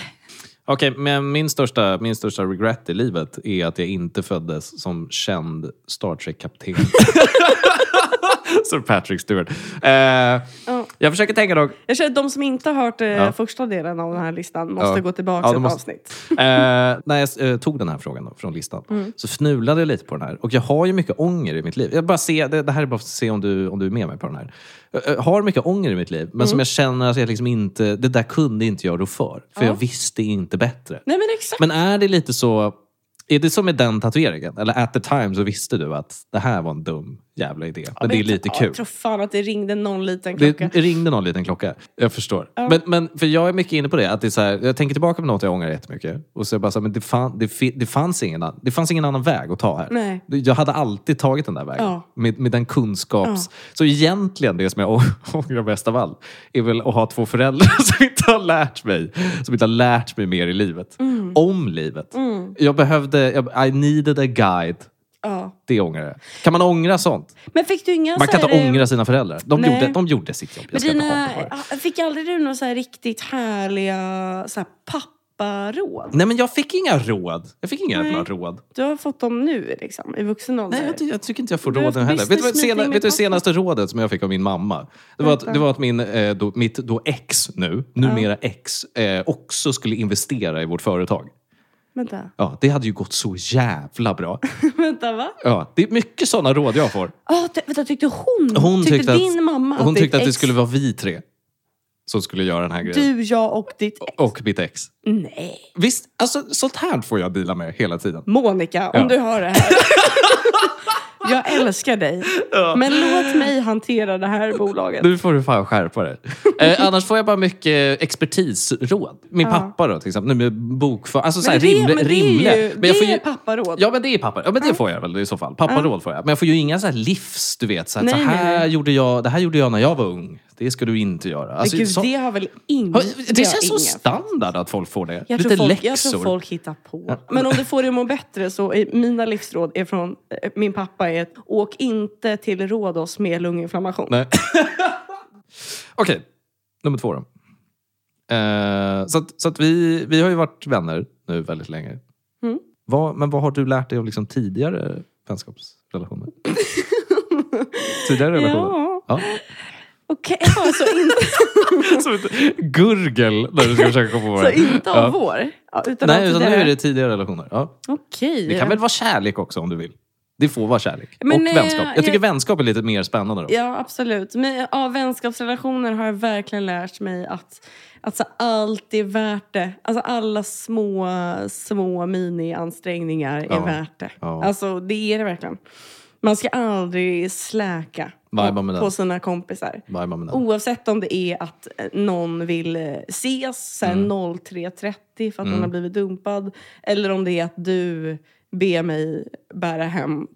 Speaker 1: Okej, men min största, min största regret i livet är att jag inte föddes som känd Star Trek-kapten. Sir Patrick Stewart. Eh,
Speaker 2: Ja.
Speaker 1: Jag försöker tänka dock.
Speaker 2: Jag känner att de som inte har hört eh,
Speaker 1: Ja.
Speaker 2: första delen av den här listan måste
Speaker 1: Ja.
Speaker 2: gå tillbaka
Speaker 1: Ja,
Speaker 2: ett
Speaker 1: de måste-
Speaker 2: avsnitt. Mm.
Speaker 1: Eh, när jag eh, tog den här frågan då, från listan så fnulade jag lite på den här. Och jag har ju mycket ånger i mitt liv. Jag bara ser, det, det här är bara för att se om du, om du är med mig på den här. Jag, jag har mycket ånger i mitt liv, men
Speaker 2: Mm.
Speaker 1: som jag känner att jag liksom inte... Det där kunde inte jag rå för. För jag visste inte bättre.
Speaker 2: Nej men exakt.
Speaker 1: Men är det lite så... Är det som med den tatueringen? Eller at the time så visste du att det här var en dum jävla idé. Men det är
Speaker 2: jag
Speaker 1: lite
Speaker 2: tror- ja,
Speaker 1: kul.
Speaker 2: Jag tror fan att det ringde någon liten
Speaker 1: Det
Speaker 2: klocka.
Speaker 1: ringde någon liten klocka. Jag förstår. Men, men för jag är mycket inne på det. Att det är så här, jag tänker tillbaka på något jag ångrar jättemycket. Och så är jag bara så här, men det, fan, det, fi- det, fanns ingen, an- det fanns ingen annan väg att ta här.
Speaker 2: Nej.
Speaker 1: Jag hade alltid tagit den där vägen.
Speaker 2: Ja.
Speaker 1: Med, med den kunskaps... Så egentligen det som jag å- ångrar mest av allt är väl att ha två föräldrar som inte har lärt mig. Som inte har lärt mig mer i livet.
Speaker 2: Mm.
Speaker 1: Om livet. Jag behövde... Jag, I needed a guide.
Speaker 2: Ja.
Speaker 1: Det ångrar jag. Kan man ångra sånt?
Speaker 2: Men fick du inga
Speaker 1: Man kan
Speaker 2: så
Speaker 1: inte
Speaker 2: här, eh,
Speaker 1: ångra sina föräldrar. De,
Speaker 2: Nej.
Speaker 1: gjorde, de gjorde sitt jobb.
Speaker 2: Men
Speaker 1: Jag ska inte hata
Speaker 2: dina,
Speaker 1: på det.
Speaker 2: ah, fick aldrig du några så här riktigt härliga så här papparåd?
Speaker 1: Nej men jag fick inga råd. Jag fick inga
Speaker 2: Nej.
Speaker 1: jävla råd.
Speaker 2: Du har fått dem nu liksom, i vuxen ålder?
Speaker 1: Nej, jag, ty- jag tycker inte jag får
Speaker 2: Du har
Speaker 1: råden
Speaker 2: haft
Speaker 1: heller. Vet du vad
Speaker 2: business meeting
Speaker 1: sena,
Speaker 2: med
Speaker 1: vet du,
Speaker 2: pappa.
Speaker 1: senaste rådet som jag fick av min mamma? Det var att,
Speaker 2: Vänta.
Speaker 1: det var att min, eh, då, mitt då ex nu, numera ex, eh, också skulle investera i vårt företag.
Speaker 2: Vänta.
Speaker 1: Ja, det hade ju gått så jävla bra.
Speaker 2: Vänta, va?
Speaker 1: Ja, det är mycket såna råd jag får.
Speaker 2: Oh, ty- vänta, tyckte hon?
Speaker 1: Hon
Speaker 2: tyckte,
Speaker 1: tyckte att-
Speaker 2: din mamma
Speaker 1: Hon
Speaker 2: ditt
Speaker 1: tyckte att det
Speaker 2: ex-
Speaker 1: skulle vara vi tre som skulle göra den här grejen.
Speaker 2: Du, jag och ditt ex?
Speaker 1: Och mitt ex.
Speaker 2: Nej.
Speaker 1: Visst, alltså sånt här får jag dela med hela tiden.
Speaker 2: Monica, om
Speaker 1: Ja.
Speaker 2: du hör det här. jag älskar dig. Men låt mig hantera det här bolaget.
Speaker 1: Nu får du fan skärpa dig. Eh, annars får jag bara mycket expertisråd. Min pappa då till exempel. Nu med bokför... Alltså så här,
Speaker 2: det-
Speaker 1: rimle,
Speaker 2: men det är
Speaker 1: rimle.
Speaker 2: ju-
Speaker 1: Men
Speaker 2: det
Speaker 1: jag får
Speaker 2: är papparåd.
Speaker 1: Ja, men det är pappa. Ja, men det får jag väl i så fall. Papparåd får jag. Men jag får ju inga så här livs, du vet. Så, här,
Speaker 2: Nej,
Speaker 1: så
Speaker 2: nej,
Speaker 1: här
Speaker 2: nej.
Speaker 1: Gjorde jag, det här gjorde jag när jag var ung. Det ska du inte göra. Alltså,
Speaker 2: Men gud,
Speaker 1: så,
Speaker 2: det har väl ingen...
Speaker 1: Ja, det
Speaker 2: har
Speaker 1: känns så
Speaker 2: ingen-
Speaker 1: standard att folk får det.
Speaker 2: jag
Speaker 1: Lite
Speaker 2: tror, folk, jag
Speaker 1: läxor.
Speaker 2: tror folk hittar på. Men om du får det att må bättre så är mina livsråd är från eh, min pappa är att åk inte till Rhodos med lunginflammation.
Speaker 1: Nej. Okej, nummer två då. Eh, så att, så att vi, vi har ju varit vänner nu väldigt länge.
Speaker 2: Mm.
Speaker 1: Vad, men vad har du lärt dig om liksom tidigare vänskapsrelationer? tidigare relationer?
Speaker 2: Ja,
Speaker 1: Ja.
Speaker 2: okej. Ja, så, inte,
Speaker 1: Som ett gurgel när du ska försöka komma på
Speaker 2: så
Speaker 1: det.
Speaker 2: inte av
Speaker 1: Ja.
Speaker 2: vår? Ja, utan av
Speaker 1: Nej, utan nu
Speaker 2: tidigare.
Speaker 1: är det tidigare relationer. Ja.
Speaker 2: Okej.
Speaker 1: Det kan väl vara kärlek också om du vill? Det får vara kärlek.
Speaker 2: Men,
Speaker 1: och
Speaker 2: eh,
Speaker 1: vänskap. Jag tycker
Speaker 2: jag-
Speaker 1: vänskap är lite mer spännande då.
Speaker 2: Ja, absolut. Men av vänskapsrelationer har jag verkligen lärt mig att alltså, allt är värt det. Alltså, alla små, små mini-ansträngningar
Speaker 1: Ja.
Speaker 2: är värt det.
Speaker 1: Ja.
Speaker 2: Alltså, det är det verkligen. Man ska aldrig släka
Speaker 1: Viba med
Speaker 2: på,
Speaker 1: den.
Speaker 2: på sina kompisar.
Speaker 1: Varje man med
Speaker 2: Oh.
Speaker 1: den.
Speaker 2: Oavsett om det är att eh, någon vill eh, ses sen
Speaker 1: Mm.
Speaker 2: 03.30 för att man har blivit dumpad. Eller om det är att du ber mig bära hem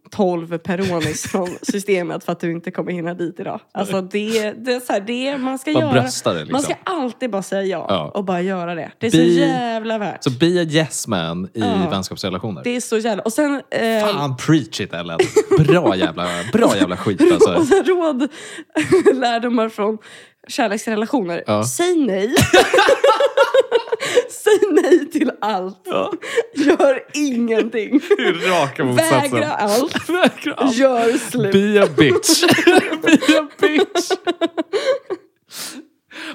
Speaker 2: 12 Peronis från systemet för att du inte kommer hinna dit idag. Alltså det, det är så här, det man ska
Speaker 1: Bara
Speaker 2: göra.
Speaker 1: brösta det, liksom.
Speaker 2: Man ska alltid bara säga ja,
Speaker 1: Ja.
Speaker 2: och bara göra det. Det är
Speaker 1: Be-
Speaker 2: så jävla värt.
Speaker 1: Så be a yes man i
Speaker 2: Ja.
Speaker 1: vänskapsrelationer.
Speaker 2: Det är så jävla... Och sen... eh,
Speaker 1: Fan, preach it Ellen! Bra jävla, bra jävla skit alltså.
Speaker 2: Och sen råd, lärdomar från kärleksrelationer.
Speaker 1: Ja.
Speaker 2: Säg nej. Säg nej till allt. Gör ingenting.
Speaker 1: Raka
Speaker 2: Vägra allt.
Speaker 1: Vägra allt.
Speaker 2: Gör slut.
Speaker 1: Be a bitch. Be a bitch.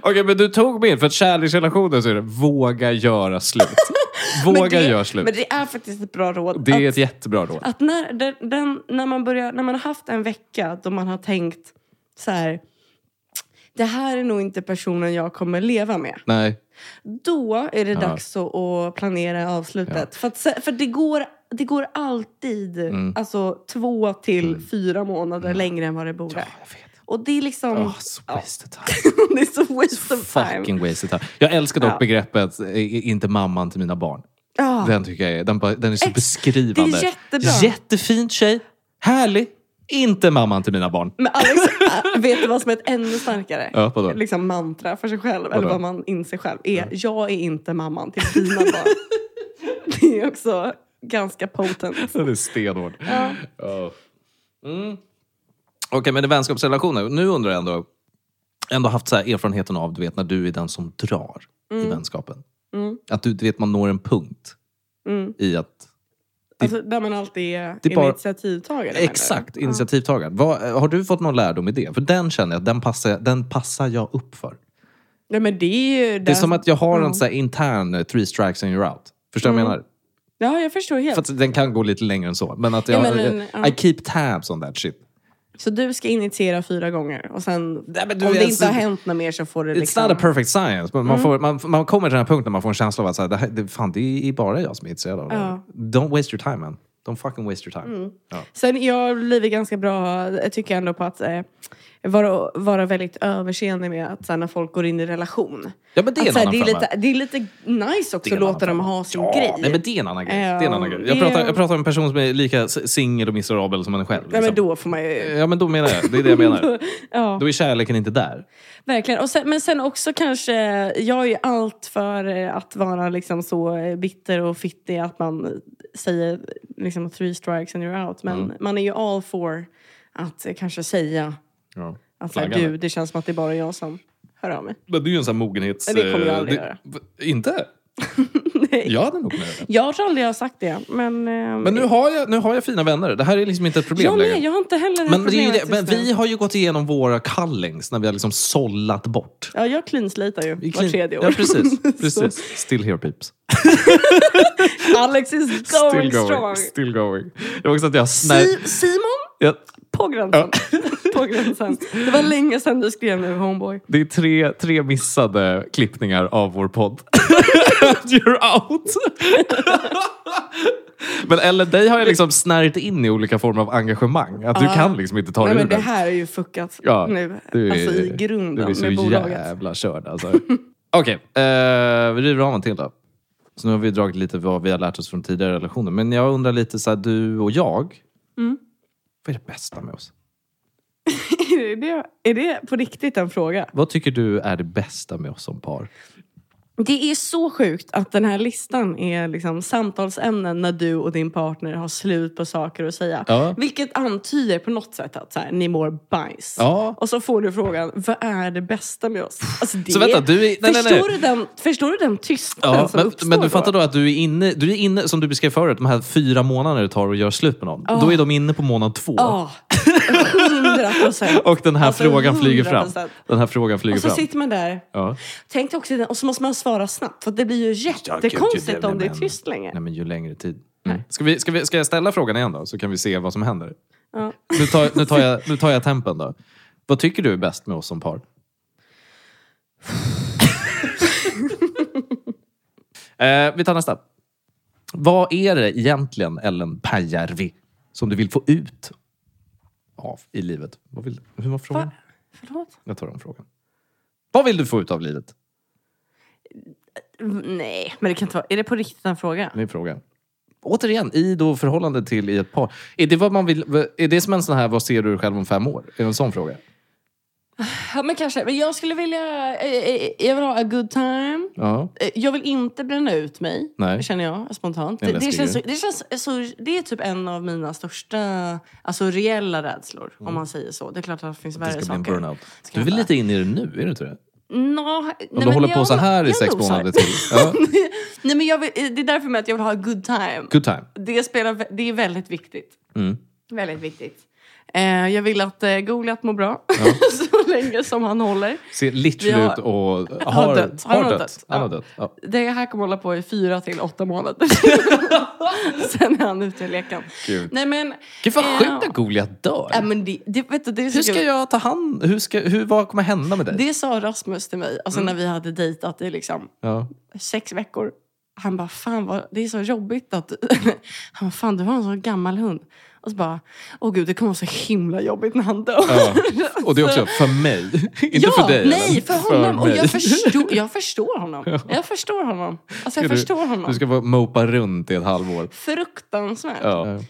Speaker 1: Okej, men du tog min. För att kärleksrelationer så är det våga göra slut.
Speaker 2: Men
Speaker 1: Våga
Speaker 2: det-
Speaker 1: göra slut.
Speaker 2: Men det är faktiskt ett bra råd.
Speaker 1: Det är
Speaker 2: att
Speaker 1: ett jättebra råd.
Speaker 2: att när, den, den, när, man börjar, när man har haft en vecka då man har tänkt så här. Det här är nog inte personen jag kommer leva med.
Speaker 1: Nej.
Speaker 2: Då är det dags att- att planera avslutet. För, att, se- för det, går, det går alltid
Speaker 1: Mm.
Speaker 2: alltså, två till fyra månader längre än vad det borde.
Speaker 1: Jag vet.
Speaker 2: Och det är liksom...
Speaker 1: Oh, so wasted time.
Speaker 2: det är så waste of time.
Speaker 1: Fucking wasted time. Jag älskar dock
Speaker 2: Ja.
Speaker 1: begreppet eh, inte mamman till mina barn.
Speaker 2: Ja.
Speaker 1: Den tycker jag är, den, bara- den är så beskrivande.
Speaker 2: det är jättebra.
Speaker 1: Jättefint tjej, härlig. Inte mamman till mina barn.
Speaker 2: Men Alex, äh, vet du vad som är ett ännu starkare
Speaker 1: Ja, vadå?
Speaker 2: liksom mantra för sig själv,
Speaker 1: Vadå?
Speaker 2: eller vad man inser själv, är jag är inte mamman till dina barn. det är också ganska potent.
Speaker 1: Den är stenhård.
Speaker 2: Ja.
Speaker 1: Ja. Mm. Okej, men det är vänskapsrelationer. Nu undrar jag ändå, ändå haft så här erfarenheten av du vet, när du är den som drar i vänskapen.
Speaker 2: Mm.
Speaker 1: Att du, du vet, man når en punkt
Speaker 2: Mm.
Speaker 1: i att...
Speaker 2: Alltså, där man alltid är,
Speaker 1: Det är bara-
Speaker 2: initiativtagare. menar du?
Speaker 1: Exakt, initiativtagaren. Vad, har du fått någon lärdom i det? För den känner jag att den passar, den passar jag upp för.
Speaker 2: Nej, men det är ju...
Speaker 1: Det är som att jag har en
Speaker 2: Ja. Mm.
Speaker 1: så här intern eh, three strikes and you're out. Förstår du vad jag menar?
Speaker 2: Ja, jag förstår helt.
Speaker 1: För att den kan gå lite längre än så. Men att
Speaker 2: Ja,
Speaker 1: jag,
Speaker 2: men en- ja.
Speaker 1: I keep tabs on that shit.
Speaker 2: Så du ska initiera fyra gånger och sen
Speaker 1: Nej, men du
Speaker 2: om
Speaker 1: är
Speaker 2: det
Speaker 1: alltså-
Speaker 2: inte har hänt något mer så får du
Speaker 1: It's not a
Speaker 2: liksom...
Speaker 1: perfect science. Men man, får, man, man kommer till den här punkten där man får en känsla av att så här, det, här, det, fan, det är bara jag som är intresserad av det.
Speaker 2: Ja. Mm.
Speaker 1: Don't waste your time man. Don't fucking waste your time. Ja.
Speaker 2: Sen jag har blivit ganska bra, jag tycker jag ändå på att eh, vara, vara väldigt överseende med att så här, när folk går in i relation.
Speaker 1: ja men det är
Speaker 2: att,
Speaker 1: en
Speaker 2: så här,
Speaker 1: annan
Speaker 2: det, är
Speaker 1: femma.
Speaker 2: lite, det är lite nice
Speaker 1: Det
Speaker 2: också
Speaker 1: är
Speaker 2: att
Speaker 1: en
Speaker 2: låta dem
Speaker 1: annan
Speaker 2: ha sin
Speaker 1: ja,
Speaker 2: grej.
Speaker 1: Nej, men det är en annan grej. Det är en annan
Speaker 2: Ja,
Speaker 1: grej. Jag,
Speaker 2: det-
Speaker 1: pratar, jag pratar om en person som är lika s- singel och miserabel som en själv.
Speaker 2: Nej, men
Speaker 1: liksom.
Speaker 2: då får man ju...
Speaker 1: Ja men då menar jag, det är det jag menar.
Speaker 2: Ja,
Speaker 1: Då är kärleken inte där.
Speaker 2: verkligen. Och sen, men sen också kanske, jag är ju allt för eh, att vara liksom så eh, bitter och fittig att man säger liksom three strikes and you're out. Men
Speaker 1: Mm.
Speaker 2: man är ju all for att eh, kanske säga
Speaker 1: Ja.
Speaker 2: att så här,
Speaker 1: Flaggande.
Speaker 2: du, det känns som att det är bara jag som hör av mig.
Speaker 1: Men det är ju en sån här mogenhets...
Speaker 2: Men det kommer jag
Speaker 1: eh,
Speaker 2: aldrig göra.
Speaker 1: v- Inte?
Speaker 2: Nej.
Speaker 1: Jag hade nog kunnat göra det.
Speaker 2: Jag tror aldrig jag har sagt det. Men, eh,
Speaker 1: Men nu har, jag, nu har jag fina vänner. Det här är liksom inte ett problem
Speaker 2: jag
Speaker 1: längre.
Speaker 2: med, jag har inte heller det
Speaker 1: Men, det är ju
Speaker 2: problemet
Speaker 1: det, men
Speaker 2: just nu.
Speaker 1: vi har ju gått igenom våra callings när vi har liksom sållat bort.
Speaker 2: Ja, jag cleanslitar ju
Speaker 1: Vi
Speaker 2: var
Speaker 1: clean-
Speaker 2: tredje år.
Speaker 1: Ja, precis. precis. Still here peeps.
Speaker 2: Alex is
Speaker 1: Still
Speaker 2: going
Speaker 1: going.
Speaker 2: strong.
Speaker 1: Still going. Det var också att jag... När,
Speaker 2: Si- Simon?
Speaker 1: jag
Speaker 2: På gränsen. på gränsen. Det var länge sedan du skrev nu, homeboy.
Speaker 1: det är tre, tre missade klippningar av vår podd. You're out! men eller dig har jag liksom snärjt in i olika former av engagemang. Att du kan liksom inte ta
Speaker 2: Nej,
Speaker 1: dig ur
Speaker 2: men det
Speaker 1: den.
Speaker 2: här är ju fuckat
Speaker 1: Ja,
Speaker 2: nu.
Speaker 1: du är-
Speaker 2: alltså i
Speaker 1: Du
Speaker 2: grunden
Speaker 1: är så
Speaker 2: med bolaget.
Speaker 1: jävla körd alltså. Okej, eh, vi river av en till då. Så nu har vi dragit lite vad vi har lärt oss från tidigare relationer. Men jag undrar lite så här, du och jag.
Speaker 2: Mm.
Speaker 1: Vad är det bästa med oss?
Speaker 2: är, det, är det på riktigt en fråga?
Speaker 1: Vad tycker du är det bästa med oss som par?
Speaker 2: Det är så sjukt att den här listan är liksom samtalsämnen när du och din partner har slut på saker att säga.
Speaker 1: Ja.
Speaker 2: Vilket antyder på något sätt att så här, ni mår bajs.
Speaker 1: Ja.
Speaker 2: Och så får du frågan, vad är det bästa med oss? Alltså, det
Speaker 1: Så vänta, du är... Nej, nej, nej.
Speaker 2: förstår, Du den, förstår du den tystnaden
Speaker 1: Ja,
Speaker 2: som
Speaker 1: men,
Speaker 2: uppstår
Speaker 1: men du
Speaker 2: då?
Speaker 1: fattar då att du är inne, du är inne som du beskrev förut, de här fyra månaderna det tar att göra slut med någon. Då är de inne på månad två.
Speaker 2: Ja, hundra procent.
Speaker 1: Och den här
Speaker 2: Alltså,
Speaker 1: frågan flyger fram.
Speaker 2: 100%.
Speaker 1: Den här frågan flyger
Speaker 2: Och så
Speaker 1: fram.
Speaker 2: sitter man där.
Speaker 1: Ja.
Speaker 2: Tänk dig också, och så måste man svara snabbt. För det blir ju
Speaker 1: gud, gud,
Speaker 2: jättekonstigt
Speaker 1: nej,
Speaker 2: om det är
Speaker 1: men-
Speaker 2: tyst länge.
Speaker 1: Nej, men ju längre tid. Mm. Ska, vi, ska, vi, ska jag ställa frågan igen då, så kan vi se vad som händer?
Speaker 2: Ja.
Speaker 1: Nu tar, nu tar, jag, nu tar jag tempen då. Vad tycker du är bäst med oss som par? eh, vi tar nästa. Vad är det egentligen, Ellen Päijärvi, som du vill få ut av i livet? Vad vill, hur var frågan?
Speaker 2: Va? Förlåt?
Speaker 1: Jag tar om frågan. Vad vill du få ut av livet?
Speaker 2: Mm, Nej, men det kan inte vara... Är det på riktigt en fråga?
Speaker 1: Det är frågan. Återigen, i då förhållande till i ett par. Är det, vad man vill, är det som en sån här, vad ser du dig själv om fem år? Är det en sån fråga?
Speaker 2: Ja, men kanske. Men jag skulle vilja... eh, eh, Jag vill ha a good time.
Speaker 1: Ja.
Speaker 2: Eh, Jag vill inte bränna ut mig,
Speaker 1: Nej.
Speaker 2: känner jag spontant.
Speaker 1: Det är
Speaker 2: Det,
Speaker 1: en
Speaker 2: det,
Speaker 1: läskig
Speaker 2: känns, så- det, känns, så, det är typ en av mina största alltså, reella rädslor, om man säger så. Det är klart att det finns
Speaker 1: Mm. Det
Speaker 2: värre
Speaker 1: ska bli en
Speaker 2: saker.
Speaker 1: burnout.
Speaker 2: Ska
Speaker 1: Du är
Speaker 2: jag
Speaker 1: väl lite inne i det nu, är du inte det?
Speaker 2: Nå, nej,
Speaker 1: Om
Speaker 2: men
Speaker 1: du håller på
Speaker 2: jag-
Speaker 1: så här i
Speaker 2: jag
Speaker 1: sex
Speaker 2: nosar.
Speaker 1: månader till. Ja.
Speaker 2: Nej, men jag vill, eh, det är därför med att jag vill ha a good time.
Speaker 1: Good time.
Speaker 2: Det, spelar, vä- det är väldigt viktigt.
Speaker 1: Mm.
Speaker 2: Väldigt viktigt. Eh, jag vill att eh, Goliat mår bra så länge som han håller.
Speaker 1: Ser literally
Speaker 2: Vi har-
Speaker 1: ut och har,
Speaker 2: har dött.
Speaker 1: Har
Speaker 2: Han
Speaker 1: dött. dött.
Speaker 2: har dött.
Speaker 1: Han har
Speaker 2: Ja.
Speaker 1: dött. Ja.
Speaker 2: Det här kommer hålla på i fyra till åtta månader. Sen är han ute i leken.
Speaker 1: Gud.
Speaker 2: Nej, men,
Speaker 1: Gud vad
Speaker 2: eh,
Speaker 1: sjukt att Goliat dör.
Speaker 2: ja, men det, det, vet du, det, är så
Speaker 1: hur ska
Speaker 2: kul.
Speaker 1: jag ta hand hur ska, hur, Vad kommer hända med dig?
Speaker 2: det sa Rasmus till mig alltså,
Speaker 1: Mm.
Speaker 2: när vi hade dejtat i liksom,
Speaker 1: Ja.
Speaker 2: sex veckor. Han bara, fan vad, det är så jobbigt att... Han bara, fan du har en så gammal hund. Och så bara, åh gud det kommer vara så himla jobbigt när han dör.
Speaker 1: Ja. Och det är också för mig. Inte
Speaker 2: ja,
Speaker 1: för dig.
Speaker 2: nej
Speaker 1: Ellen.
Speaker 2: för honom. och
Speaker 1: mig.
Speaker 2: jag förstår, jag förstår honom. Jag förstår honom. Alltså jag
Speaker 1: Ska du-
Speaker 2: förstår honom.
Speaker 1: Du ska bara mopa runt i ett halvår.
Speaker 2: Fruktansvärt.
Speaker 1: Ja.
Speaker 2: Eh,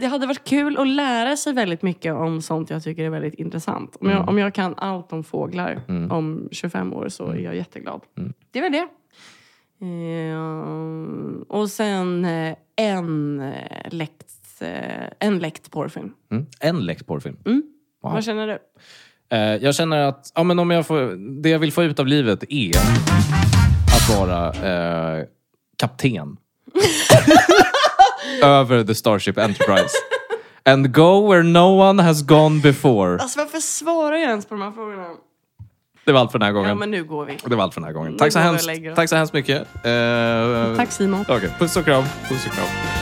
Speaker 2: det hade varit kul att lära sig väldigt mycket om sånt jag tycker är väldigt intressant. Om jag, om jag kan allt om fåglar om 25 år så är jag jätteglad. Det var det. Eh, och sen eh, en eh, läckt, eh, en läckt porrfilm.
Speaker 1: Mm. En läckt porrfilm. Wow.
Speaker 2: Vad känner du?
Speaker 1: Eh, jag känner att ja, men om jag får, det jag vill få ut av livet är att vara eh, kapten över the Starship Enterprise. And go where no one has gone before.
Speaker 2: Alltså varför svarar jag ens på de här frågorna?
Speaker 1: Det var allt för den här
Speaker 2: Ja
Speaker 1: gången.
Speaker 2: men nu går vi.
Speaker 1: Det var allt för den här gången.
Speaker 2: Nu
Speaker 1: Tack så
Speaker 2: går vi och
Speaker 1: hemskt,
Speaker 2: lägger oss.
Speaker 1: tack så hemskt mycket. Eh,
Speaker 2: Tack Simon.
Speaker 1: Okej, puss och kram. Puss och kram.